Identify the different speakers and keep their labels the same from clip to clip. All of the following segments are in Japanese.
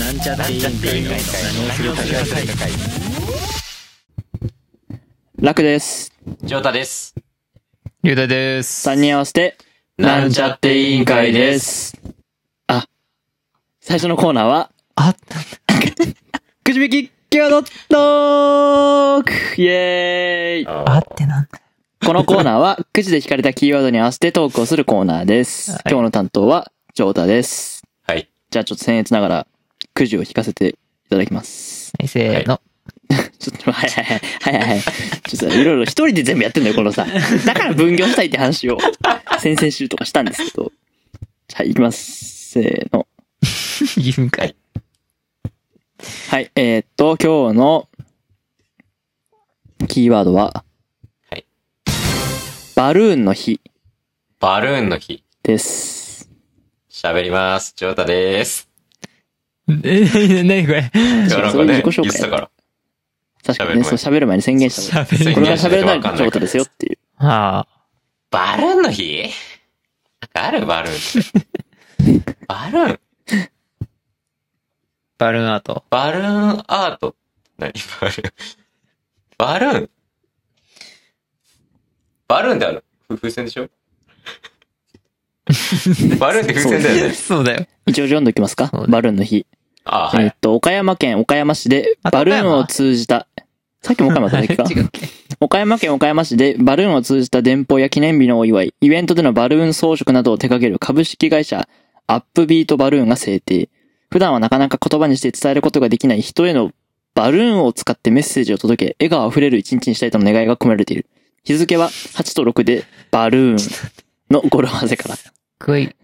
Speaker 1: なんちゃって委員会の何をする会楽です。
Speaker 2: ジョータです。
Speaker 3: ゆうたです。
Speaker 1: 3人合わせて、なんちゃって委員会です。あ、最初のコーナーは、
Speaker 3: あ、
Speaker 1: くじ引きキーワードトークイエーイ
Speaker 3: あってなんだ。
Speaker 1: このコーナーは、くじで引かれたキーワードに合わせてトークをするコーナーです。
Speaker 3: はい
Speaker 1: 今日の担当は、ジョータです。
Speaker 2: はい。
Speaker 1: じゃあちょっと僭越ながら、くじを引かせていただきます。
Speaker 3: はい、せーの。
Speaker 1: ちょっと、はいはいはい。はいはいはい。ちょっといろいろ一人で全部やってんだよ、このさ。だから分業したいって話を、先々週とかしたんですけど。はい、いきます。せーの。
Speaker 3: 義務会。
Speaker 1: はい、えーっと、今日の、キーワードは、
Speaker 2: はい。
Speaker 1: バルーンの日
Speaker 2: バルーンの日。
Speaker 1: です。
Speaker 2: 喋ります。ジョータです。
Speaker 3: え、なにこれ
Speaker 2: 今日
Speaker 1: そう
Speaker 2: なん
Speaker 1: そうい
Speaker 2: か
Speaker 1: う
Speaker 2: ね、
Speaker 1: 自己紹
Speaker 2: 言っ
Speaker 1: 介
Speaker 2: てたから。
Speaker 1: 確かにね、
Speaker 2: 喋る前
Speaker 1: そう喋る前に宣言した
Speaker 3: 喋
Speaker 1: これ
Speaker 3: る
Speaker 2: 宣
Speaker 1: が
Speaker 2: 言し
Speaker 1: 喋ら
Speaker 2: と
Speaker 1: な
Speaker 2: わ
Speaker 1: い
Speaker 2: かん
Speaker 1: ということですよっていう。
Speaker 3: は
Speaker 2: バルーンの日あるバルーンって。バルーン
Speaker 3: バルーンアート。
Speaker 2: バルーンアート。何バルーン。バルーンバルーンってあるふ風船でしょバルーンって風船だよね。
Speaker 3: そうだよ。
Speaker 1: 一応読んでおきますか
Speaker 3: そうね
Speaker 1: バルーンの日。
Speaker 2: ああ、
Speaker 1: え
Speaker 2: は
Speaker 1: ーっ
Speaker 2: い。
Speaker 1: と、岡山県岡山市でバルーンを通じた、さっきも岡山だったっけ
Speaker 3: 違
Speaker 1: か岡山県岡山市でバルーンを通じた電報や記念日のお祝い、イベントでのバルーン装飾などを手掛ける株式会社、アップビートバルーンが制定。普段はなかなか言葉にして伝えることができない人へのバルーンを使ってメッセージを届け、笑顔あふれる一日にしたいとの願いが込められている。日付は8と6でバルーンの語呂合わせから。
Speaker 3: すごい、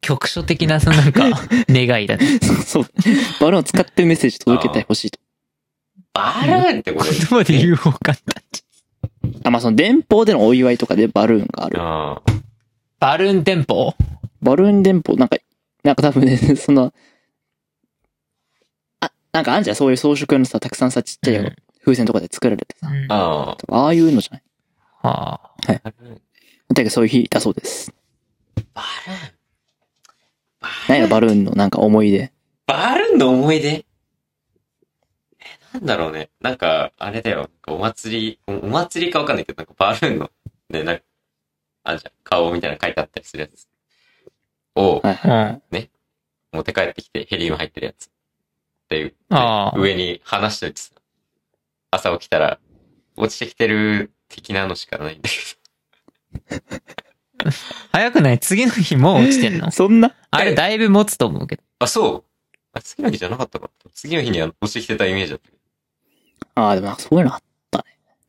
Speaker 3: 局所的な、そのなん か、願いだね。
Speaker 1: そう そう。 バルーンを使ってメッセージ届けてほしいと。
Speaker 2: バルーンってこ
Speaker 3: 言
Speaker 2: と
Speaker 3: 葉で言う方かった。
Speaker 1: あ、まあその電報でのお祝いとかでバルーンがある。
Speaker 2: あ
Speaker 3: バルーン店舗
Speaker 1: バルーン電報、なんか、なんか多分ね、 その、あ、なんかあんじゃん、そういう装飾のさ、たくさんさ、ちっちゃ
Speaker 3: う
Speaker 1: い
Speaker 3: ん
Speaker 1: 風船とかで作られてさ、
Speaker 2: あ。ああ。
Speaker 1: ああいうのじゃない
Speaker 3: はあ。
Speaker 2: バルーン。
Speaker 1: だけどそういう日だそうです。
Speaker 2: バルーン。
Speaker 1: 何やバルーンのなんか思い出。
Speaker 2: バルーンの思い出え、なんだろうね。なんか、あれだよ。なんかお祭り、おお祭りかわかんないけど、なんかバルーンの、ね、なんか、あ、じゃん顔みたいなの書いてあったりするやつ。を
Speaker 1: はい
Speaker 3: うん。
Speaker 1: はい。
Speaker 3: あ
Speaker 2: 持って帰ってきて、ヘリウム入ってるやつ。で、
Speaker 3: あ。
Speaker 2: 上に離しておいてさ朝起きたら、落ちてきてる的なのしかないんだけ
Speaker 3: 早くない次の日も う落ちてんの
Speaker 1: そんな
Speaker 3: あれ、だいぶ持つと思うけど。
Speaker 2: ど。 あ、そうあ次の日じゃなかったかな次の日には落ちてきてたイメージだったけど。
Speaker 1: ああ、でもなんかそういうのあっ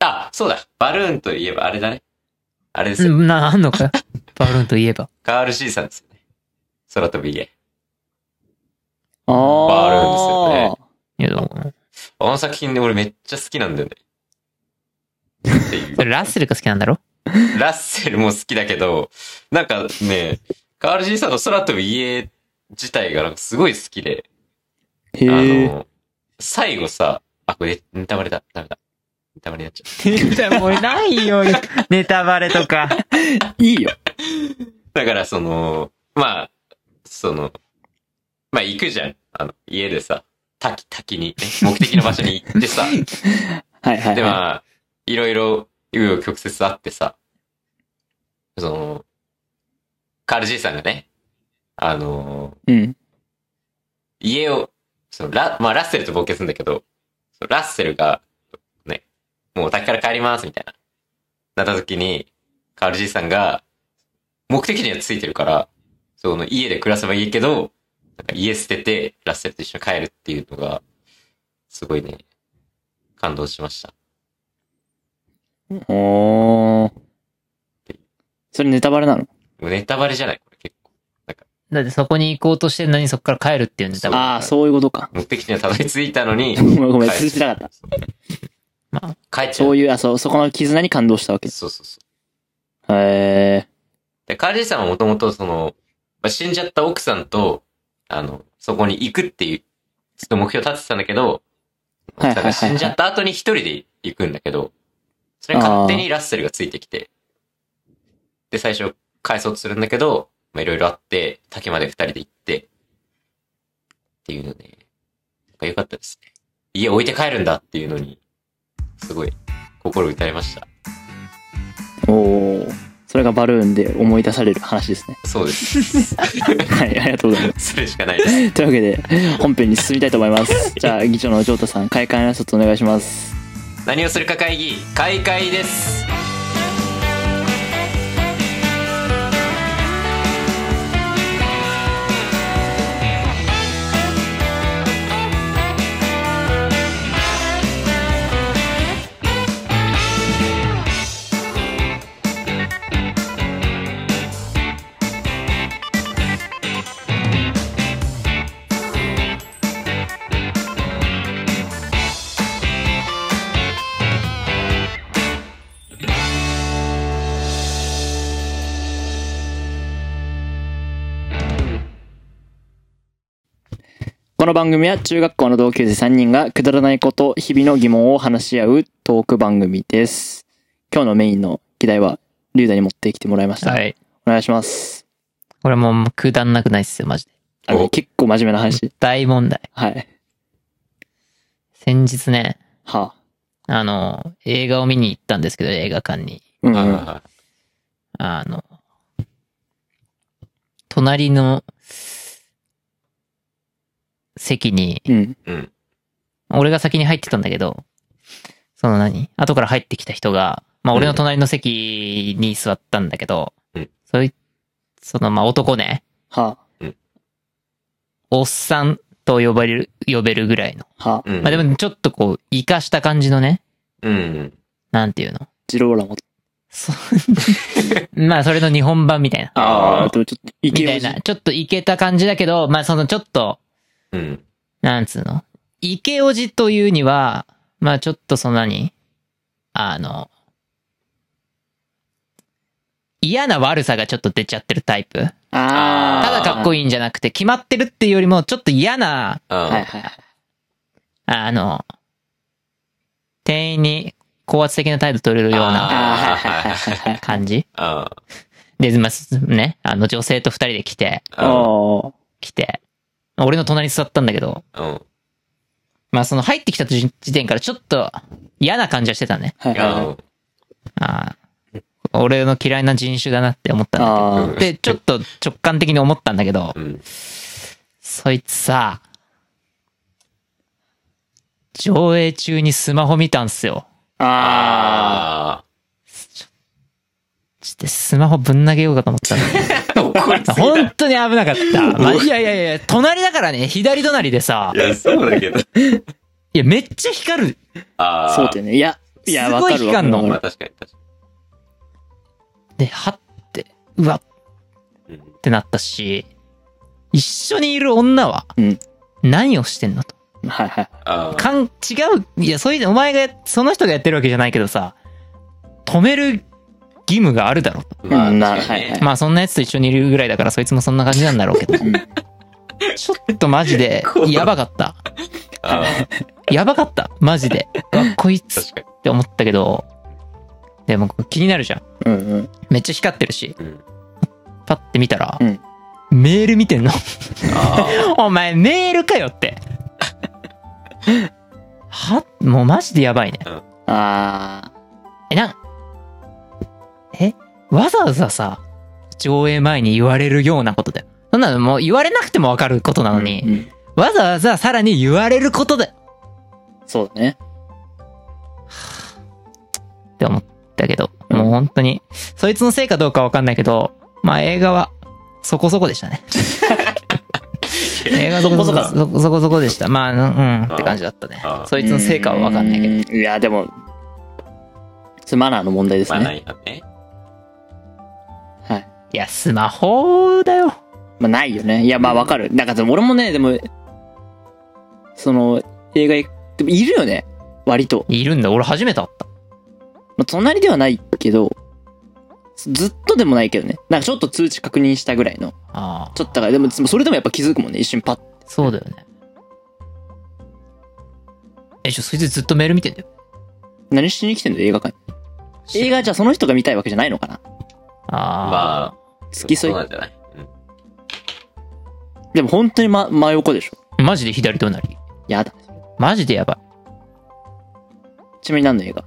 Speaker 2: あ、そうだバルーンといえばあれだね。あれですよ
Speaker 3: うん、な、あんのかバルーンといえば。
Speaker 2: カール C さんですよね。空飛び家。
Speaker 1: ああ。
Speaker 2: バルーンですよね
Speaker 3: いや、どうも。
Speaker 2: あの作品ね、俺めっちゃ好きなんだよね。ってい
Speaker 3: それラッセルが好きなんだろ
Speaker 2: う。ラッセルも好きだけど、なんかね、カール C さんの空飛び家自体がなんかすごい好きで、あ
Speaker 1: へえ。
Speaker 2: の、最後さ、あ、これネタバレだ、ダメだ。ネタバレになっちゃ
Speaker 3: 絶対もう ないよ、ネタバレとか。
Speaker 1: いいよ。
Speaker 2: う。だからその、まあ、その、まあ行くじゃん。あの、家でさ、滝、滝に、ね、目的の場所に行ってさ、
Speaker 1: はいはい
Speaker 2: で、
Speaker 1: は
Speaker 2: まあ、いろいろ、紆余曲折あってさ、その、カール G さんがね、あの
Speaker 1: い。うん。
Speaker 2: ー家を、そのラ、まあ、ラッセルと冒険するんだけど、そのラッセルが、ね、もうお宅から帰ります、みたいな、なった時に、カール G さんが、目的にはついてるから、その家で暮らせばいいけど、なんか家捨てて、ラッセルと一緒に帰るっていうのが、すごいね、感動しました。
Speaker 1: おー。それネタバレなの
Speaker 2: もうネタバレじゃないこれ結構。
Speaker 3: だってそこに行こうとしてるのにそこから帰るっていうんで、多分。
Speaker 1: ああ、そういうことか。
Speaker 2: 目的地にたどり着いたの に、
Speaker 1: ごめんごめん、
Speaker 2: 帰
Speaker 1: 通じてなかった。
Speaker 2: 帰っちゃ。
Speaker 1: そうういう、あ、そう、そこの絆に感動したわけ。へ
Speaker 2: そうそうそう。
Speaker 1: え。
Speaker 2: で、カーリーさんはもともとその、まあ、死んじゃった奥さんと、あの、そこに行くっていう、ちょっと目標立ててたんだけど、
Speaker 1: はい
Speaker 2: 奥
Speaker 1: はいはいは
Speaker 2: さん
Speaker 1: い
Speaker 2: が死んじゃった後に一人で行くんだけど、それに勝手にラッセルがついてきて、で、最初、返そうとするんだけど、まあ、いろいろあって、竹まで二人で行って、っっていうのね、なんか良かったですね。家置いて帰るんだっていうのに、すごい心打たれました。
Speaker 1: おおーそれがバルーンで思い出される話ですね。
Speaker 2: そう です。
Speaker 1: はい、ありがとうございま
Speaker 2: それしかないです。
Speaker 1: す。というわけで、本編に進みたいと思います。じゃあ、議長のジョータさん、開会の挨拶お願いします。
Speaker 2: 何をするか会議、開会です。
Speaker 1: この番組は中学校の同級生3人がくだらないこと、日々の疑問を話し合うトーク番組です。今日のメインの議題は、リュウダに持ってきてもらいました。
Speaker 3: はい。
Speaker 1: お願いします。
Speaker 3: これもうくだんなくないっすよ、マジで。
Speaker 1: あ
Speaker 2: お
Speaker 1: 結構真面目な話。
Speaker 3: 大問題。
Speaker 1: はい。
Speaker 3: 先日ね、
Speaker 1: はあ。
Speaker 3: あの、映画を見に行ったんですけど、映画館に。
Speaker 1: うんう
Speaker 2: はいはい
Speaker 1: ん。
Speaker 2: は
Speaker 3: あの、隣の席に、
Speaker 1: うん。
Speaker 2: いうん。
Speaker 3: 俺が先に入ってたんだけど、その何後から入ってきた人が、まあ俺の隣の席に座ったんだけど、
Speaker 2: うん
Speaker 3: そい、そのまあ男ね、
Speaker 1: は
Speaker 3: おっさんと呼ばれる、呼べるぐらいの。
Speaker 1: あ。はあ。
Speaker 2: うん。
Speaker 3: まあでもちょっとこう、生かした感じのね、
Speaker 2: うん。
Speaker 3: なんていうの。
Speaker 1: ジローラも。
Speaker 3: そう まあそれの日本版みたいな。
Speaker 2: あー
Speaker 1: でもちょっと、イ
Speaker 3: みた
Speaker 1: ケ
Speaker 3: い
Speaker 1: オジ。
Speaker 3: な。ちょっといけた感じだけど、まあそのちょっと、
Speaker 2: うん。
Speaker 3: なんつうの。イケオジというには、まあちょっとそんなに、あの、嫌な悪さがちょっと出ちゃってるタイプ。
Speaker 1: あ
Speaker 3: ただかっこ
Speaker 1: いい。
Speaker 3: いいんじゃなくて、決まってるっていうよりも、ちょっと嫌な、
Speaker 2: あ
Speaker 1: はい
Speaker 2: ー
Speaker 1: はいはい。
Speaker 3: あの、店員に高圧的な態度取れるような
Speaker 1: あ
Speaker 2: あ
Speaker 1: ーはいはいはいはいはい。
Speaker 3: 感じ。
Speaker 2: あー
Speaker 3: で、まあ、ね、あの女性と二人で来て、
Speaker 2: あ
Speaker 1: あ
Speaker 3: 来て、俺の隣に座ったんだけど、
Speaker 2: ー。うん。
Speaker 3: まあその入ってきた時点からちょっと嫌な感じはしてたね。
Speaker 1: あ。はいはいはい。
Speaker 2: あ
Speaker 3: ああ、俺の嫌いな人種だなって思ったんだ
Speaker 1: あ
Speaker 2: う
Speaker 3: け
Speaker 1: あ
Speaker 3: ど。
Speaker 2: ん
Speaker 3: で、ちょっと直感的に思ったんだけど
Speaker 2: ー。、うん。
Speaker 3: そいつさ、上映中にスマホ見たんすよ。
Speaker 1: あ
Speaker 2: あ
Speaker 3: ちょっとスマホぶん投げようかと思ったんだけ
Speaker 2: あ。怒りす
Speaker 3: ど。
Speaker 2: ぎ
Speaker 3: 本当に危なかった。まあ、いやいやいや、隣だからね、左隣でさ
Speaker 2: た。い、や、そうだけど。
Speaker 3: いや、めっちゃ光る。
Speaker 2: あ
Speaker 1: あ。
Speaker 2: あ。
Speaker 1: そうだよね。いや、いや、
Speaker 3: すご
Speaker 1: わ
Speaker 3: い
Speaker 1: かるわかるわ
Speaker 3: 光ん
Speaker 1: か
Speaker 2: まあ
Speaker 1: る。
Speaker 2: 確かに確か
Speaker 3: で、はって、うわっ
Speaker 2: に。うん
Speaker 3: てなったし、一緒にいる女は
Speaker 1: うん、
Speaker 3: 何をしてんのと。
Speaker 1: はいはい。
Speaker 2: ああ。
Speaker 3: かん、違う、いや、そういう、お前が、その人がやってるわけじゃないけどさ、止める義務があるだろうと。
Speaker 2: まあ、
Speaker 1: うんな
Speaker 2: 確かにね
Speaker 1: はいはい
Speaker 3: まあ、そんな奴と一緒にいるぐらいだから、そいつもそんな感じなんだろうけど。
Speaker 1: うん
Speaker 3: ちょっとマジで、やばかった。
Speaker 2: あ
Speaker 3: やばかった。マジで。うわ、こい
Speaker 2: あ
Speaker 3: つっ
Speaker 2: 確かに。
Speaker 3: て思ったけど、でも気になるじゃん。
Speaker 1: うんうん。
Speaker 3: めっちゃ光ってるし、
Speaker 2: うん。
Speaker 3: パッて見たら、
Speaker 1: うん
Speaker 3: メール見てんの。
Speaker 2: あ
Speaker 3: お前メールかよって。 はもうマジでやばいね。
Speaker 1: あ
Speaker 3: え、なん、えわざわざさ、上映前に言われるようなことだよ。そんなのもう言われなくてもわかることな
Speaker 1: あ。
Speaker 3: のに、
Speaker 1: うんうん。
Speaker 3: わざわざさらに言われることだよ
Speaker 1: そうだね。
Speaker 3: って思ったけど、
Speaker 1: うん
Speaker 3: もう本当に、そいつのせいかどうかわかんないけど、まあ映画は、そこそこ でしたね。映画そこそこ、
Speaker 1: そ
Speaker 3: そこそこそこでした。まあ、うん、うんって感じだったね
Speaker 2: あ。
Speaker 3: そいつのせいかはわかんないけど。
Speaker 1: ど。いや、でも、それマナーの問題で
Speaker 2: あ。ますあ、な
Speaker 1: ね。
Speaker 2: いやね。
Speaker 1: はい。
Speaker 3: いや、スマホだよ。
Speaker 1: まあ、ないよね。いや、まあ、わかる。なんか、でも俺もね、でも、その、映画行く、でもいるよね。割と。
Speaker 3: いるんだ。俺初めて会った。
Speaker 1: まあ、隣ではないけど、ずっとでもないけどね。なんかちょっと通知確認したぐらいの。
Speaker 3: ああ。
Speaker 1: ちょっとだから、でも、それでもやっぱ気づくもんね。一瞬パッ。
Speaker 3: そうだよね。え、ちょ、そいつずっとメール見てんだよ。
Speaker 1: 何しに来てんの映画館に。映画じゃあその人が見たいわけじゃないのかな
Speaker 3: ああ。
Speaker 2: まあ、
Speaker 1: 付き
Speaker 2: そ
Speaker 1: 添
Speaker 2: う
Speaker 1: い
Speaker 2: な。んじゃないうん
Speaker 1: でも本当に、ま、真横でしょ。
Speaker 3: マジで左隣。
Speaker 1: やだ。
Speaker 3: マジでやばい。
Speaker 1: ちなみに何の映画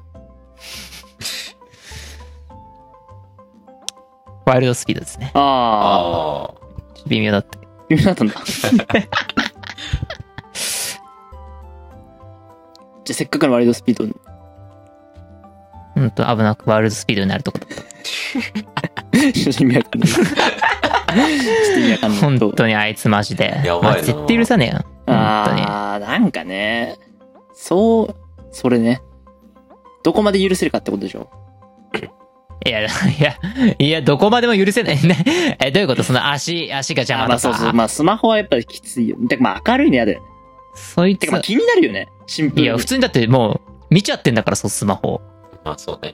Speaker 3: ワイルドスピードですね。
Speaker 1: ああ。
Speaker 2: ああ。
Speaker 3: ちょっと微妙だった。
Speaker 1: 微妙だったんだ。 じゃあせっかくのワイルドスピードに
Speaker 3: ほんと危なくワイルドスピードになるとこだっ
Speaker 1: ちょっと意味わ かんない。ちょっと意味わか
Speaker 3: た。
Speaker 1: んない。
Speaker 3: 本当にあいつマジで。
Speaker 2: やばいな
Speaker 3: マジ絶対許さねえよ。本当に。
Speaker 1: ああ、なんかね。そう、それね。どこまで許せるかってことでしょ
Speaker 3: いや、いや、いや、どこまでも許せない。ね、え、どういうことその足、足が邪
Speaker 1: あ
Speaker 3: 魔
Speaker 1: ま
Speaker 3: と
Speaker 1: あそうそう。
Speaker 3: か。
Speaker 1: まあスマホはやっぱりきついよ。てかまあ明るいのやだよね。
Speaker 3: そい
Speaker 1: て
Speaker 3: つ
Speaker 1: かまあ、気になるよね。シンプル
Speaker 3: い
Speaker 1: に。
Speaker 3: や、普通にだってもう、見ちゃってんだから、そう、スマホ。
Speaker 2: まあそうね。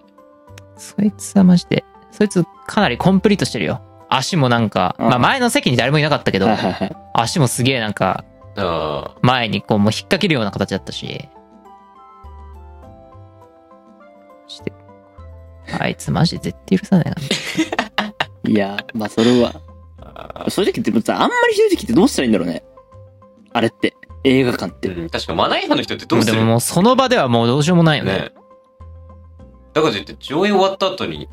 Speaker 3: そいつはマジで。そいつ、かなりコンプリートしてるよ。足もなんか、
Speaker 1: うん
Speaker 3: まあ前の席に誰もいなかったけど
Speaker 1: は、いはいはい。
Speaker 3: 足もすげえなんか、
Speaker 2: あ
Speaker 3: 前にこう、もう引っ掛けるような形だったし。して、あいつマジで絶対許さないな。
Speaker 1: いや、まあそれは。
Speaker 2: ーあ
Speaker 1: そういう時って、あんまりひどい時ってどうしたらいいんだろうね。あれって。映画館って。
Speaker 2: ー。うん、確かマナー違反の人ってどうす
Speaker 3: で
Speaker 2: る
Speaker 3: ももう、その場ではもうどうしようもないよね。
Speaker 2: ねだからといって、上映終わった後に、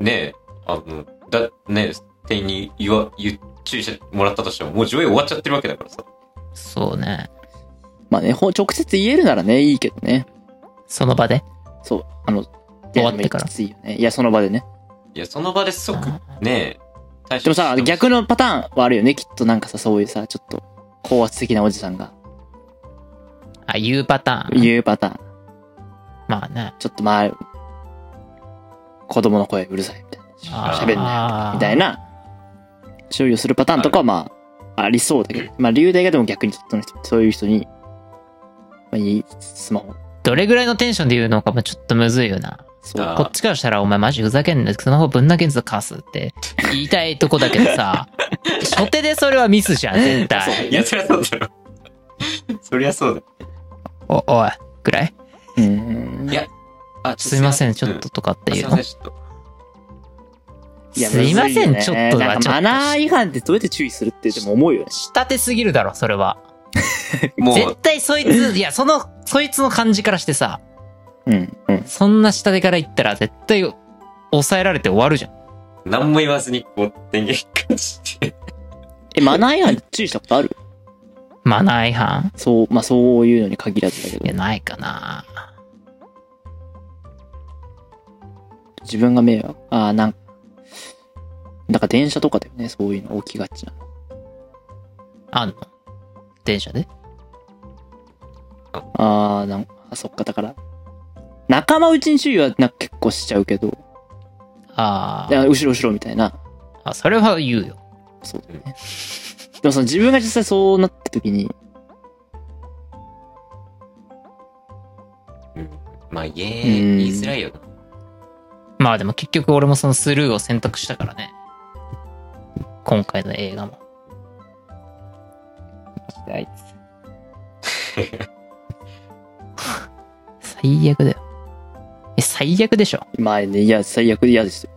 Speaker 2: ねあの、だ、ね店員に言わ、言、注意してもらったとしても、もう上映終わっちゃってるわけだからさ。
Speaker 3: そうね。
Speaker 1: まあね、ほ直接言えるならね、いいけどね。
Speaker 3: その場で。
Speaker 1: そう、あの、
Speaker 3: 終わってか
Speaker 1: いやでもき
Speaker 3: ら
Speaker 1: ついよね。いや、その場でね。
Speaker 2: いや、その場で即
Speaker 3: あ、
Speaker 2: ね対処
Speaker 1: でもさ、
Speaker 2: してほしい
Speaker 1: 逆のパターンはあるよね。きっとなんかさ、そういうさ、ちょっと、高圧的なおじさんが
Speaker 3: あ、言うパターン。
Speaker 1: 言うパターン。
Speaker 3: まあね。
Speaker 1: ちょっとまあ、子供の声うるさいみたいな。
Speaker 3: あー
Speaker 1: 喋んなよみたいな、処理をするパターンとかはまあ、ありそうだけど。まあ、流大がでも逆にちょっとの人、そういう人に、まあ、いい、スマホ。
Speaker 3: どれぐらいのテンションで言うのかもちょっとむずいよな。
Speaker 1: そう。
Speaker 2: あー
Speaker 3: こっちからしたら、お前マジふざけんな、スマホぶん投げんぞ、カスって言いたいとこだけどさ、初手でそれはミスじゃん、絶対。
Speaker 2: いや、そりゃそうだろ。そりゃそうだよ。
Speaker 3: お、おい、ぐらい
Speaker 1: うん
Speaker 2: いやあ、
Speaker 3: すいません、ちょっ
Speaker 2: う
Speaker 3: ととかって
Speaker 2: ん。
Speaker 3: い
Speaker 2: すいうま
Speaker 3: の
Speaker 2: せん、。ちょっと。
Speaker 1: や
Speaker 3: すいません
Speaker 1: ずよ
Speaker 3: ちょっとは
Speaker 1: なん
Speaker 3: ち
Speaker 1: か
Speaker 3: ょ
Speaker 1: マ
Speaker 3: っと
Speaker 1: ナー違反ってどうやって注意するってでも思うよね。
Speaker 3: 下手すぎるだろ、それは。
Speaker 2: も
Speaker 3: 絶
Speaker 2: う、
Speaker 3: 対そいつ、いや、その、そいつの感じからしてさ、
Speaker 1: うん、うん。
Speaker 3: そんな下手から言ったら絶対抑えられて終わるじゃん。
Speaker 2: 何も言わずに、こう、電源一回して。
Speaker 1: え、マナー違反って注意したことある
Speaker 3: マナー違反
Speaker 1: そう、まあそういうのに限らずだけど
Speaker 3: いや、。ないかな。
Speaker 1: 自分が迷惑。ああ、なんか、なんか電車とかだよね、そういうの起きがちな。
Speaker 3: あんの電車で
Speaker 1: ああ、なんか、あそっか、だから、仲間内に注意はなんか結構しちゃうけど、
Speaker 3: あ
Speaker 1: いや後ろ後ろみたいな。
Speaker 3: あ。あ、それは言うよ。
Speaker 1: そうだよね。でもその自分が実際そうなった時に、
Speaker 2: うんまあ、言え、
Speaker 1: うん
Speaker 2: 言いづらいよな。
Speaker 3: まあでも結局俺もそのスルーを選択したからね。今回の映画も。あいつ。 最悪だよ。え、最悪でしょ。
Speaker 1: まあね、いや、最悪嫌ですよ。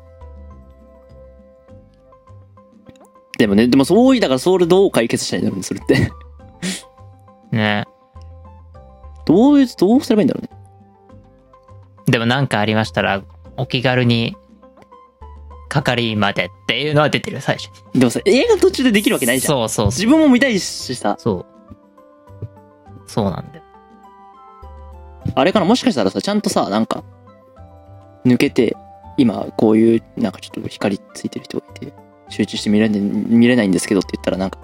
Speaker 1: でもね、でもそういう、だからそれどう解決したらいいんだろうね、それって。
Speaker 3: ね
Speaker 1: どういう、どうすればいいんだろうね。
Speaker 3: でもなんかありましたら、お気軽に、係員までっていうのは出てるよ、最初に。
Speaker 1: でもさ、映画途中でできるわけないじゃん。
Speaker 3: そうそうそう。
Speaker 1: 自分も見たいしさ、
Speaker 3: そう。そうなんだよ。
Speaker 1: あれかな、もしかしたらさ、ちゃんとさ、なんか、抜けて、今、こういう、なんかちょっと光ついてる人がいて、集中して見れない見れないんですけどって言ったら、なんか、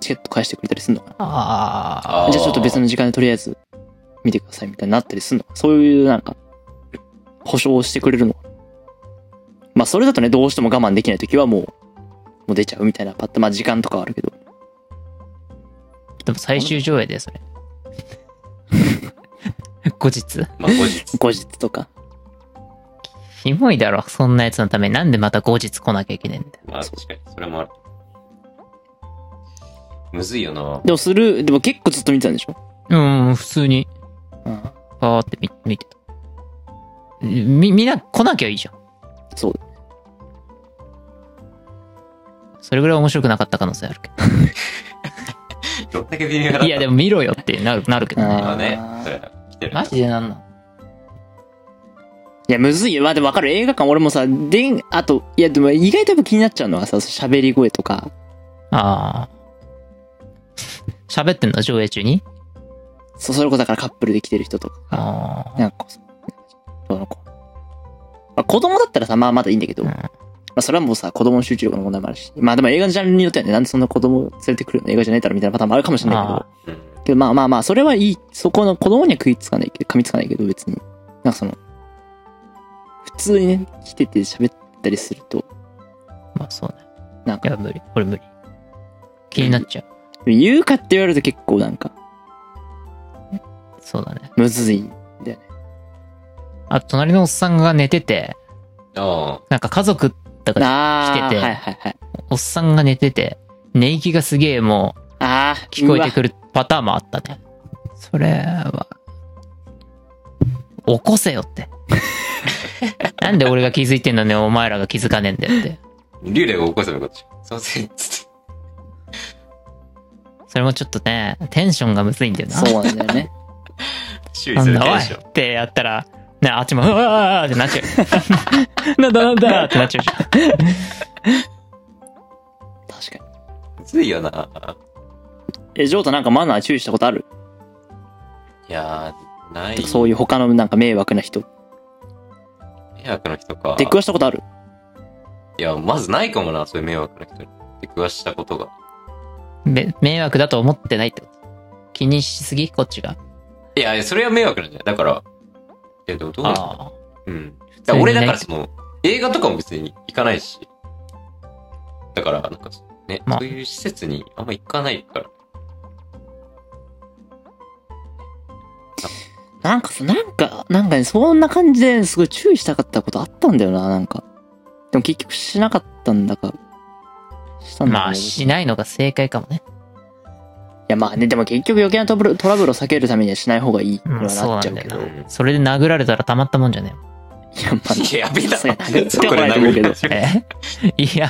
Speaker 1: チケット返してくれたりすんのか
Speaker 3: ああ。
Speaker 1: な。じゃあちょっと別の時間でとりあえず、見てくださいみたいになったりすんのかそういう、なんか、保証をしてくれるのかなまあ、それだとね、どうしても我慢できないときはもう、もう出ちゃうみたいなパッと、まあ時間とかはあるけど。
Speaker 3: でも最終上映でそれ。 後日
Speaker 2: まあ、後日。
Speaker 1: 後日とか。
Speaker 3: キモいだろ、そんなやつのためになんでまた後日来なきゃいけねえんだよ。
Speaker 2: まあ、確かに、それもある。むずいよな。
Speaker 1: でもする、でも結構ずっと見てたんでしょ
Speaker 3: うん、普通に、
Speaker 1: うん。
Speaker 3: パーって見見てた。み、みんな来なきゃいいじゃん。
Speaker 1: そう。
Speaker 3: それぐらい面白くなかった可能性あるけど。
Speaker 2: どんだけ微妙だっ た
Speaker 3: いや、でも見ろよってなる、なるけど
Speaker 1: あ
Speaker 3: ね。
Speaker 2: まあね、それは来てる。
Speaker 3: マジでなんなん
Speaker 1: いや、むずいよ。まあでもわかる。映画館俺もさ、でん、あと、いやでも意外とやっぱ気になっちゃうのはさ、その喋り声とか。
Speaker 3: ああ。喋ってんの上映中に
Speaker 1: そ、それこそだからカップルで来てる人とか。
Speaker 3: ああ。
Speaker 1: なんかこう、どうの子。まあ子供だったらさ、まあまだいいんだけど。
Speaker 3: うん
Speaker 1: まあそれはもうさ、子供の集中力の問題もあるし。まあでも映画のジャンルによってはね、なんでそんな子供連れてくるの映画じゃねえだろみたいなパターンもあるかもしれないけど。
Speaker 3: あ
Speaker 2: うん
Speaker 1: けどまあまあまあ、それはいい。そこの子供には食いつかないけど、噛みつかないけど、別に。なんかその、普通にね、来てて喋ったりすると、
Speaker 3: あ。まあそうね。
Speaker 1: なん
Speaker 3: い
Speaker 1: か、
Speaker 3: や、無理。これ無理。気になっちゃう。
Speaker 1: 言うかって言われると結構なんか、
Speaker 3: そうだね。
Speaker 1: むずい。
Speaker 3: あと、隣のおっさんが寝てて、
Speaker 2: あ
Speaker 3: なんか家族だから、
Speaker 1: ああ、
Speaker 3: 来てて
Speaker 1: はいはいはい。
Speaker 3: おっさんが寝てて、寝息がすげえもう
Speaker 1: ああ、
Speaker 3: 聞こえてく
Speaker 1: る。
Speaker 3: るパターンもあったね。それは、起こせよって。 なんで俺が気づいてんのね、お前らが気づかねえんだよって。
Speaker 2: あ。竜霊が起こせばよかったじゃん。すいません、つって。
Speaker 3: それもちょっとね、テンションがむずいんだよな。
Speaker 1: そうなんだよね。
Speaker 2: 注意
Speaker 3: な
Speaker 2: す
Speaker 3: ん
Speaker 2: る
Speaker 3: だお
Speaker 2: テ
Speaker 3: い
Speaker 2: ンション。
Speaker 3: ってやったら、ね、あっちも、うわーってなっちゃう。なんだなんだってなっちゃうじゃん。
Speaker 1: 確かに。
Speaker 2: むずいよな。
Speaker 1: え、ジョータなんかマナー注意したことある
Speaker 2: いやー、ない。
Speaker 1: そういう他のなんか迷惑な人。
Speaker 2: 迷惑な人か。
Speaker 1: 出くわしたことある
Speaker 2: いや、まずないかもな、そういう迷惑な人に。出くわしたことが。
Speaker 3: め迷惑だと思ってないってこと気にしすぎこっちが。
Speaker 2: いや、それは迷惑なんじゃないだから、えっと、どうだ
Speaker 3: あ
Speaker 2: うん。
Speaker 3: 通
Speaker 2: だ
Speaker 3: にね
Speaker 2: 俺だからその、映画とかも別に行かないし。だから、なんか、ね、
Speaker 3: まあ
Speaker 2: そういう施設にあんま行かないから。
Speaker 1: なんかさ、なんか、なんかね、そんな感じですごい注意したかったことあったんだよな、なんか。でも結局しなかったんだか。した
Speaker 3: あ。
Speaker 1: んだか
Speaker 3: まあ、しないのが正解かもね。
Speaker 1: いやまあね、でも結局余計なトラブルトラブルを避けるためにはしない方がいいには
Speaker 3: うんそう
Speaker 1: な
Speaker 3: な
Speaker 1: っ
Speaker 3: ん
Speaker 1: ちゃう
Speaker 3: だ
Speaker 1: け
Speaker 3: よ
Speaker 1: ど。
Speaker 3: な。
Speaker 1: いや、
Speaker 2: ん
Speaker 3: それで殴られたらたまったもんじゃね
Speaker 1: まあ、
Speaker 2: いや、やべえな。
Speaker 1: そうやな
Speaker 2: そこで殴る
Speaker 1: って思うけど
Speaker 2: い
Speaker 3: え よ。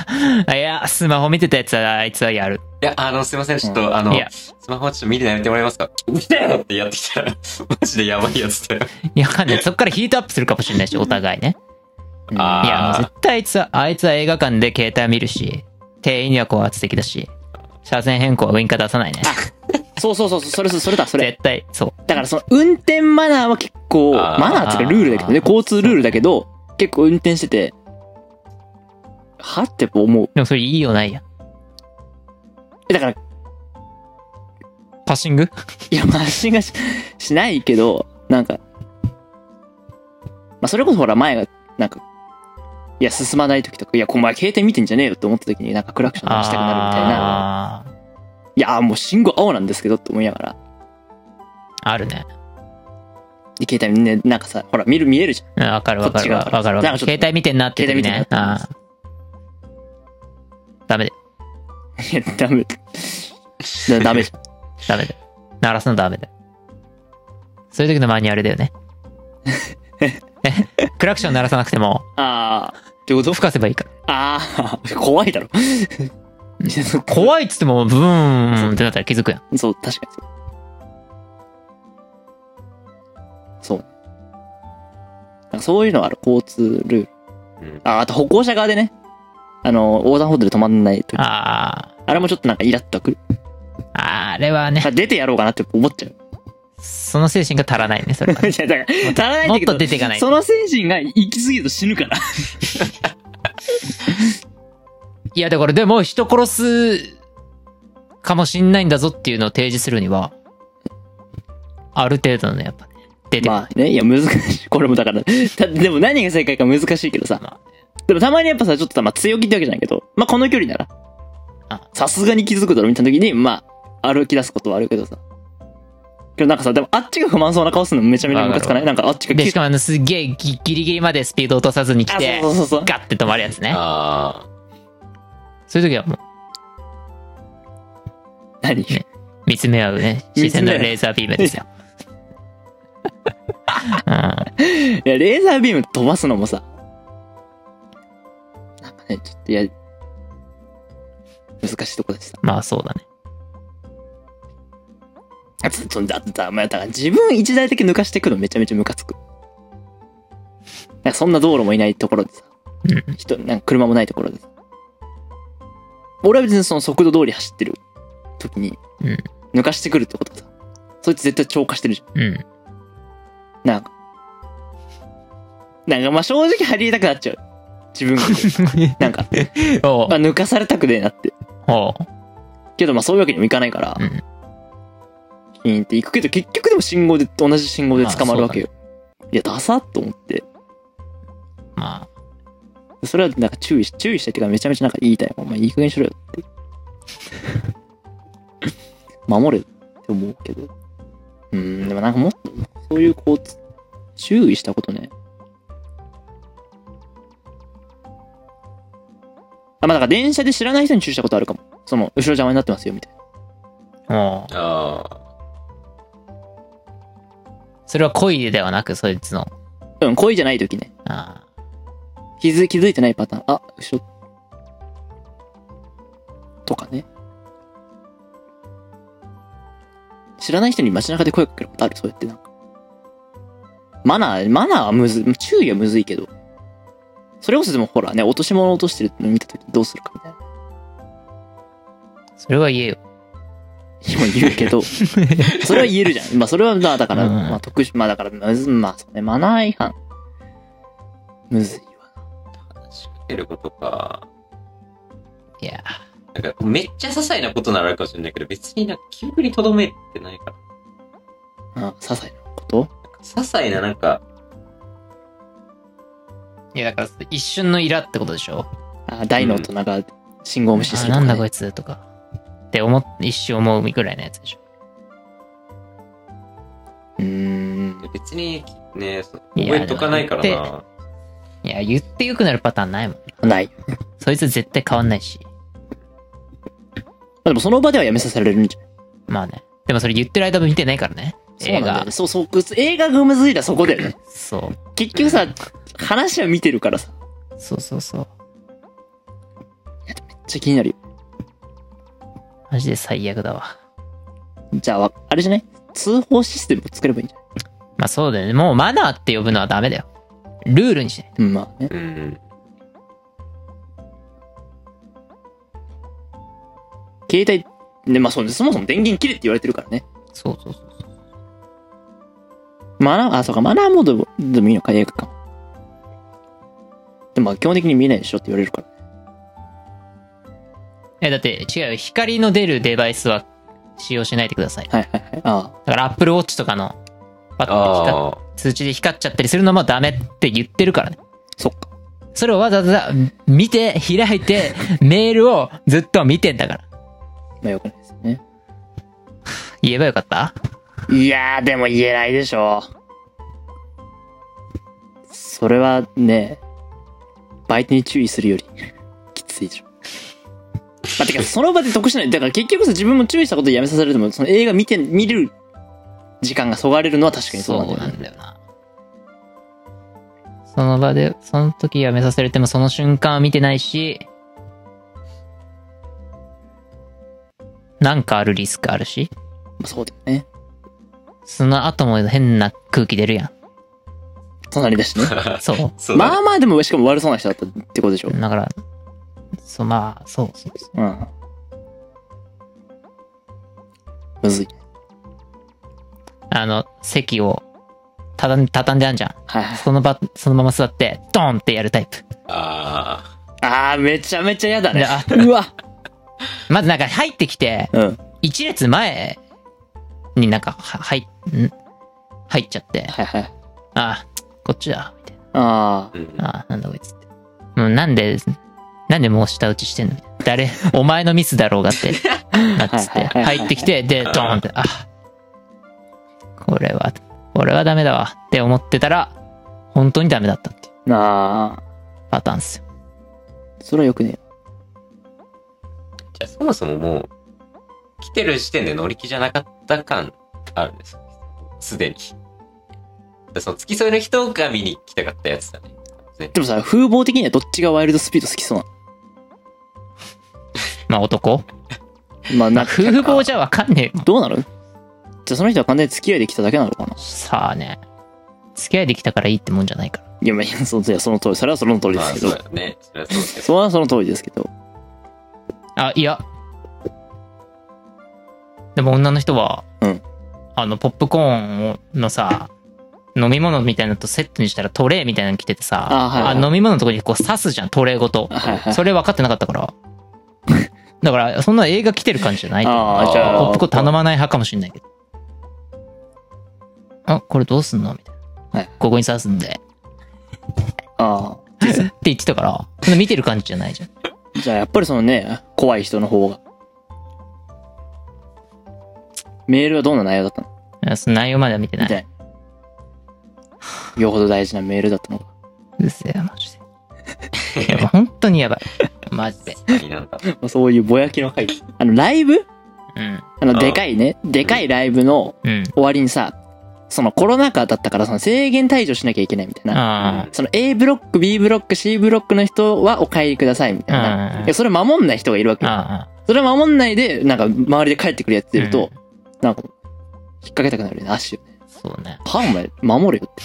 Speaker 3: えいや、いや、スマホ見てたやつは、あいつはやる。
Speaker 2: や、あの、すいません、ちょっと、あの
Speaker 3: いや、
Speaker 2: スマホちょっと見てやめてもらえますか見てよってやってきたら、マジでやばいやつだよ。
Speaker 3: いや、わかんない。そっからヒートアップするかもし れないし、お互いね。
Speaker 1: うん
Speaker 2: あー
Speaker 3: いや、もう絶 対あいつは、あいつは映画館で携帯見るし、店員には高圧的だし、車線変更はウインカー出さないね。
Speaker 1: そうそうそうそう、それそれそれだ、それ。
Speaker 3: 絶対、そう。
Speaker 1: だからその運転マナーは結構、
Speaker 2: あー
Speaker 1: マナーっていうかルールだけどね、
Speaker 3: あー
Speaker 1: 交通ルールだけど、結構運転してて、はってやっぱ思う。
Speaker 3: でもそれいいよないや。
Speaker 1: えだから、
Speaker 3: パッシング
Speaker 1: いや、まあ、発信がししないけど、なんか、まあ、それこそほら、前が、なんか、いや、進まない時とか、いや、お前携帯見てんじゃねえよって思った時に、なんかクラクションしたくなるみたいな。
Speaker 3: あー
Speaker 1: いや、もう信号青なんですけどって思いながら、
Speaker 3: あるね。
Speaker 1: で携帯ね、なんかさ、ほら、見る、見えるじゃん。
Speaker 3: うんわかるわかるわ
Speaker 1: こっちが
Speaker 3: かるわか
Speaker 1: なん
Speaker 3: る。
Speaker 1: かちょっと
Speaker 3: 携帯見てんなって
Speaker 1: 携帯
Speaker 3: 時
Speaker 1: 見て
Speaker 3: ね
Speaker 1: る。な
Speaker 3: あ
Speaker 1: って
Speaker 3: ーダメで、
Speaker 1: いや、ダメ。だダメじゃん。
Speaker 3: ダメで。鳴らすのダメで。そういう時のマニュアル だよね。えクラクション鳴らさなくても、
Speaker 1: あー。ってこと
Speaker 3: 吹かせばいいから。
Speaker 1: あー、怖いだろ。
Speaker 3: 怖いっつっても、ブーンってなったら気づくやん。
Speaker 1: そう、確かにそう。そう。なんかそういうのはある、交通ルール。
Speaker 2: うん
Speaker 1: あ、あと歩行者側でね。あの、横断歩道で止まんない時。あ
Speaker 3: あ
Speaker 1: れもちょっとなんかイラッとくる。
Speaker 3: あ、あれはね
Speaker 1: あ、出てやろうかなって思っちゃう。
Speaker 3: その精神が足らないね、それは。
Speaker 1: いや、だから、足ら ないん
Speaker 3: も
Speaker 1: だ
Speaker 3: っ
Speaker 1: けど
Speaker 3: と、出ていかない。
Speaker 1: その精神が行き過ぎると死ぬから。
Speaker 3: いや、だからでも人殺すかもしんないんだぞっていうのを提示するには、ある程度のねやっぱね、出てくる。
Speaker 1: まあね、いや、難しい。こ れもだから、たでも何が正解か難しいけどさ。
Speaker 3: ま
Speaker 1: でもたまにやっぱさ、ちょっとさ、まあ強気ってわけじゃないけど、まあこの距離なら
Speaker 3: あ、
Speaker 1: さすがに気づくだろみたいな時に、まあ、歩き出すことはあるけどさ。けどなんかさ、でもあっちが不満そうな顔するのめちゃめちゃムカつかないなんかあっちが
Speaker 3: で、
Speaker 1: キュ
Speaker 3: し
Speaker 1: ッ
Speaker 3: かもあの、すげえギギリギリまでスピード落とさずに来て
Speaker 1: あ、そうそうそうそう
Speaker 3: ガッて止まるやつね。
Speaker 2: あ
Speaker 3: そういう時はもう、
Speaker 1: 何
Speaker 3: ね見つめ合うね、視線のレーザービーム ですよ。うん
Speaker 1: いや、レーザービーム飛ばすのもさ、なんかね、ちょっといや、難しいとこでした。
Speaker 3: まあそうだね。
Speaker 1: そんだってさ、まあ、だから自分一台だけ抜かしてくのめちゃめちゃムカつく。なんかそんな道路もいないところでさ
Speaker 3: う、
Speaker 1: 人、なんか車もないところでさ。俺は別にその速度通り走ってる時に
Speaker 3: うん、
Speaker 1: 抜かしてくるってことはさ、そいつ絶対超過してるじゃん。
Speaker 3: うん。
Speaker 1: なんか。なんかまあ正直入りたくなっちゃう。自 分が。 なんか、
Speaker 3: おう
Speaker 1: まあ、抜かされたくねえなって。
Speaker 3: おう
Speaker 1: けどまあそういうわけにもいかないから、
Speaker 3: うん
Speaker 1: ピーンって行くけど結局でも信号で、同じ信号で捕まるわけよ。いや、ダサっと思って。
Speaker 3: まあ、
Speaker 1: それはなんか注意し、注意したいっていうかめちゃめちゃなんか言いたい。お前いい加減にしろよって。 守れって思うけど。うん、でもなんかもっと、そういうこう、注意したことね。あ、まあなんか電車で知らない人に注意したことあるかも。その、後ろ邪魔になってますよ、みたいな。
Speaker 3: おう
Speaker 2: ああ。
Speaker 3: それは恋でではなく、そいつの。
Speaker 1: うん、恋じゃない時ね。
Speaker 3: ああ
Speaker 1: 気づ気づいてないパターン。あ、後ろ。とかね。知らない人に街中で声かけることあるそうやってなんか。マナー、マナーはむず、注意はむずいけど。それこそでもほらね、落とし物落としてるの見たときどうするかみたいな。
Speaker 3: それは言え よ。
Speaker 1: 今言うけ ど、それは言えるじゃん。まあそれはまあだから、
Speaker 3: うん
Speaker 1: まあ特殊、まあだからむず、まあそうね、マナー違反。むずいわ。
Speaker 2: 話しかけることか。
Speaker 3: いや、
Speaker 2: なんか、めっちゃ些細なことならあるかもしれないけど、別になんか記憶に留めてないから。
Speaker 1: あ、些細なこと
Speaker 2: なんか些細ななんか、
Speaker 3: いや、だから、一瞬のイラってことでしょ。
Speaker 1: あ、大の大人が信号無視す
Speaker 3: あ
Speaker 1: るとか、
Speaker 3: な
Speaker 1: ね
Speaker 3: んだこいつとか。って思っ、一瞬思うぐらいのやつでしょ。
Speaker 1: うーん。
Speaker 2: 別にね、そ覚
Speaker 3: いや
Speaker 2: えとかないから
Speaker 3: でも
Speaker 2: な。
Speaker 3: いや、言ってよくなるパターンないもん。
Speaker 1: ない。
Speaker 3: そいつ絶対変わんないし。
Speaker 1: でもその場ではやめさせられるんじゃない
Speaker 3: まあね。でもそれ言ってる間も見てないからね。
Speaker 1: そうな
Speaker 3: 映
Speaker 1: んだよ
Speaker 3: 画
Speaker 1: ね。。そうそう。映画がむずいらそこだよね。
Speaker 3: そう。
Speaker 1: 結局さ、話は見てるからさ。め
Speaker 3: そうそうそう。
Speaker 1: っちゃ気になるよ。
Speaker 3: マジで最悪だわ。
Speaker 1: じゃあわ、あれじゃない通報システムを作ればいいんじゃ
Speaker 3: まあそうだよね。もうマナーって呼ぶのはダメだよ。ルールにしない。
Speaker 1: ないうん、まあね。
Speaker 2: うん。
Speaker 1: 携帯、ね、まあそうね。そもそも電源切れって言われてるからね。
Speaker 3: そうそうそう。
Speaker 1: マナー、あ、そうか、マナーモードでもいいのか、映画か。でもまあ基本的に見えないでしょって言われるから。
Speaker 3: え、だって違うよ。光の出るデバイスは使用しないでください。
Speaker 1: はいはいはい。あ
Speaker 3: だから Apple Watch とかの、パッて光っ
Speaker 2: ああ。
Speaker 3: 通知で光っちゃったりするのもダメって言ってるからね。
Speaker 1: そっか。
Speaker 3: それをわざわざ見て、開いて、メールをずっと見てんだから。
Speaker 1: まあよくないですよね。
Speaker 3: 言えばよかった
Speaker 1: いやー、でも言えないでしょ。それはね、バイトに注意するより、 きついでしょ。まあ、てか、その場で得しない。だから結局さ、自分も注意したことでやめさせられても、その映画見て、見る時間がそがれるのは確かにそうなんだよね。
Speaker 3: だよな。その場で、その時やめさせれてもその瞬間は見てないし、なんかあるリスクあるし、
Speaker 1: まあそうだよね。
Speaker 3: その後も変な空気出 るや
Speaker 1: 隣だ しね。
Speaker 3: ん。そう。
Speaker 2: そうだね
Speaker 1: まあまあでも、しかも悪そうな人だったってことでしょ。
Speaker 3: だから、そう、まあ、そうそうそう。
Speaker 1: うん。むずい。
Speaker 3: あの、席を、たたん、畳んであんじゃん。
Speaker 1: はいはい。
Speaker 3: その場、そのまま座って、ドーンってやるタイプ。
Speaker 2: あ
Speaker 1: あー、めちゃめちゃ嫌だね
Speaker 3: あ。
Speaker 1: うわ。
Speaker 3: まずなんか入ってきて、
Speaker 1: うん。
Speaker 3: 一列前になんか、は、はい、ん入っちゃって、
Speaker 1: はいはい。
Speaker 3: ああ、こっちだ、みたい
Speaker 1: あ
Speaker 2: あ。うん
Speaker 3: な。ああ、なんだこいつって。もうなんで、なんでもう下打ちしてんの 誰、お前のミスだろうがって、なっつっ
Speaker 1: はいは
Speaker 3: て、
Speaker 1: いはいはい
Speaker 3: 入ってきて、で、ドーンって、あこれは、俺はダメだわって思ってたら、本当にダメだったっていう
Speaker 1: ー。なあ。
Speaker 3: パターンですよ。
Speaker 1: それはよくね
Speaker 2: じゃあそもそももう、来てる時点で乗り気じゃなかった感あるんです。すでに。でその付き添いの人が見に来たかったやつだね。
Speaker 1: え。でもさ、風貌的にはどっちがワイルドスピード好きそうな
Speaker 3: まあ男
Speaker 1: のまあ、な
Speaker 3: 夫婦
Speaker 1: じ
Speaker 3: 棒じゃわかんねえよ。
Speaker 1: どうなのじゃあその人は完全に付き合いできただけなのかな
Speaker 3: さあね。付き合いできたからいいってもんじゃないから。
Speaker 1: いや、まあ、いやそのいやその通 り、それはその通りで
Speaker 2: ますあ
Speaker 1: け
Speaker 2: そ
Speaker 1: ど
Speaker 2: う。だよね。それはそう ですけど。
Speaker 1: それはその通りですけど。
Speaker 3: あ、いや。でも女の人は、
Speaker 1: うん
Speaker 3: あの、ポップコーンをのさ、飲み物みたいなのとセットにしたらトレーみたいなの着ててさ、
Speaker 1: あはいはい
Speaker 3: 飲み物のとこにこう刺すじゃん、トレーご と。
Speaker 1: はいはい
Speaker 3: それ分かってなかったから。だから、そんな映画来てる感じじゃないと思う
Speaker 1: ああ、じ
Speaker 3: ポ
Speaker 1: ゃあ。
Speaker 3: ップコーン頼まない派かもしんないけど。あ、これどうすんのみたい
Speaker 1: は
Speaker 3: な。
Speaker 1: い
Speaker 3: ここに刺すんで。
Speaker 1: あ
Speaker 3: って言ってたから、そんな見てる感じじゃないじゃん。
Speaker 1: あ。じゃあやっぱりそのね、怖い人の方が。メールはどんな内容だったの
Speaker 3: いやその内容までは見てな
Speaker 1: み
Speaker 3: い。
Speaker 1: たいな。よほど大事なメールだったのか。
Speaker 3: うるせえよ、マジで。 やばい、本当にやばい。マジで。
Speaker 2: いいなんだ。
Speaker 1: まあ そういうぼやきの回。あの、ライブ
Speaker 3: うん。
Speaker 1: あの、
Speaker 2: ああ
Speaker 1: でかいね。でかいライブの
Speaker 3: うん。
Speaker 1: 終わりにさ、そのコロナ禍だったからその制限退場しなきゃいけないみたいな。
Speaker 3: あ
Speaker 1: その A ブロック、B ブロック、C ブロックの人はお帰りくださいみたい
Speaker 3: うん
Speaker 1: な。いや、それ守んない人がいるわ
Speaker 3: あ。
Speaker 1: けよ。
Speaker 3: ああ。
Speaker 1: それ守んないで、なんか周りで帰ってくるやついると、なんか、引っ掛けたくなるよね、足を。
Speaker 3: そうね。
Speaker 1: はお前、守れよって。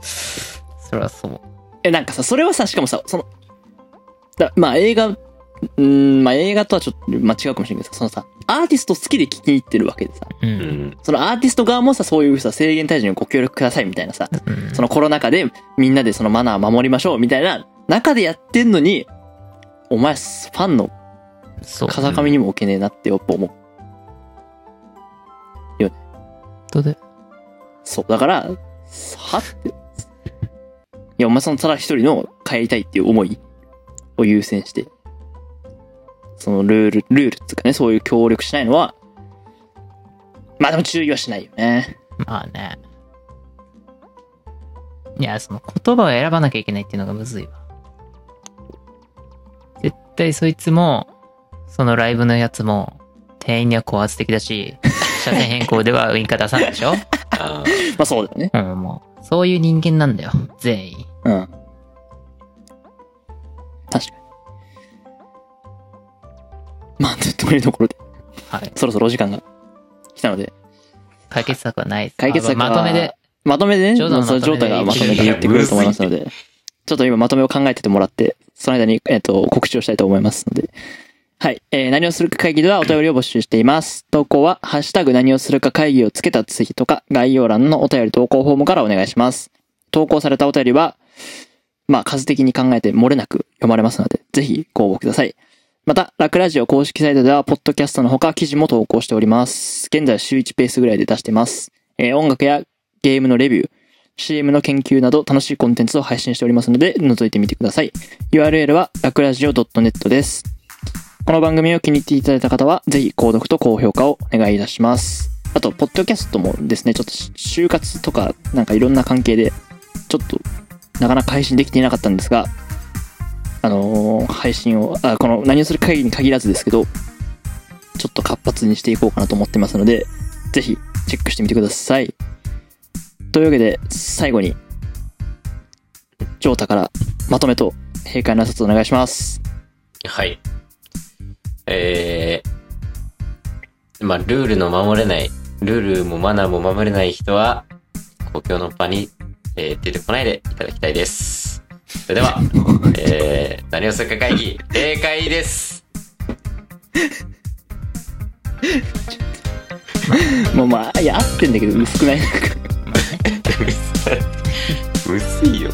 Speaker 3: それはそう。
Speaker 1: え、なんかさ、それはさ、しかもさ、その、だまあ映画、うーんまあ映画とはちょっと、まあ違うかもしれないけどさ、そのさ、アーティスト好きで聞きに行ってるわけでさ、
Speaker 3: う。
Speaker 2: うんん。
Speaker 1: そのアーティスト側もさ、そういうさ、制限退場にご協力くださいみたいなさ、
Speaker 3: うん
Speaker 1: そのコロナ禍でみんなでそのマナー守りましょうみたいな中でやってんのに、お前、ファンの
Speaker 3: そう。
Speaker 1: 風上にも置けねえなってやっぱ思う。
Speaker 3: 当で。
Speaker 1: そう。だから、はって。いや、お前そのただ一人の帰りたいっていう思いを優先して、そのルール、ルールっていうかね、そういう協力しないのは、まあでも注意はしないよね。
Speaker 3: まあね。いや、その言葉を選ばなきゃいけないっていうのがむずいわ。絶対そいつも、そのライブのやつも、店員には高圧的だし、車線変更ではウインカー出さない でしょ
Speaker 2: あ
Speaker 1: まあそうだよね。
Speaker 3: うん、もう。そういう人間なんだよ。全員。
Speaker 1: うん。確かに。まあ、というところで、
Speaker 3: はい。
Speaker 1: そろそろお時間が来たので、
Speaker 3: 解決策はないです。
Speaker 1: 解決策は
Speaker 3: まとめで。
Speaker 1: まとめでね、
Speaker 3: 冗談のまとめで
Speaker 1: 状態がまとめて言ってくれると思いますので、ちょっと今まとめを考えててもらって、その間に、えっ、と、告知をしたいと思いますので、はい。えー、何をするか会議ではお便りを募集しています。投稿は、ハッシュタグ何をするか会議をつけたツイートか、概要欄のお便り投稿フォームからお願いします。投稿されたお便りは、まあ、数的に考えて漏れなく読まれますので、ぜひご応募ください。また、ラクラジオ公式サイトでは、ポッドキャストのほか記事も投稿しております。現在週1ペースぐらいで出してます。えー音楽やゲームのレビュー、CM の研究など楽しいコンテンツを配信しておりますので、覗いてみてください。URL は、ラクラジオ .net です。この番組を気に入っていただいた方は、ぜひ、購読と高評価をお願いいたします。あと、ポッドキャストもですね、ちょっとし就活とか、なんかいろんな関係で、ちょっと、なかなか配信できていなかったんですが、あのー配信を、あ、この何をする会議に限らずですけど、ちょっと活発にしていこうかなと思ってますので、ぜひチェックしてみてください。というわけで、最後に、ジョータからまとめと閉会の挨拶をお願いします。
Speaker 2: ーはい。えー、まあ、ルールの守れない、ルールもマナーも守れない人は、公共の場に、えー出てこないでいただきたいです。それでは、えー、何をするか会議、閉会です。
Speaker 1: もうまあ、いや、合ってんだけど、薄くないなんか
Speaker 2: うっすいよ。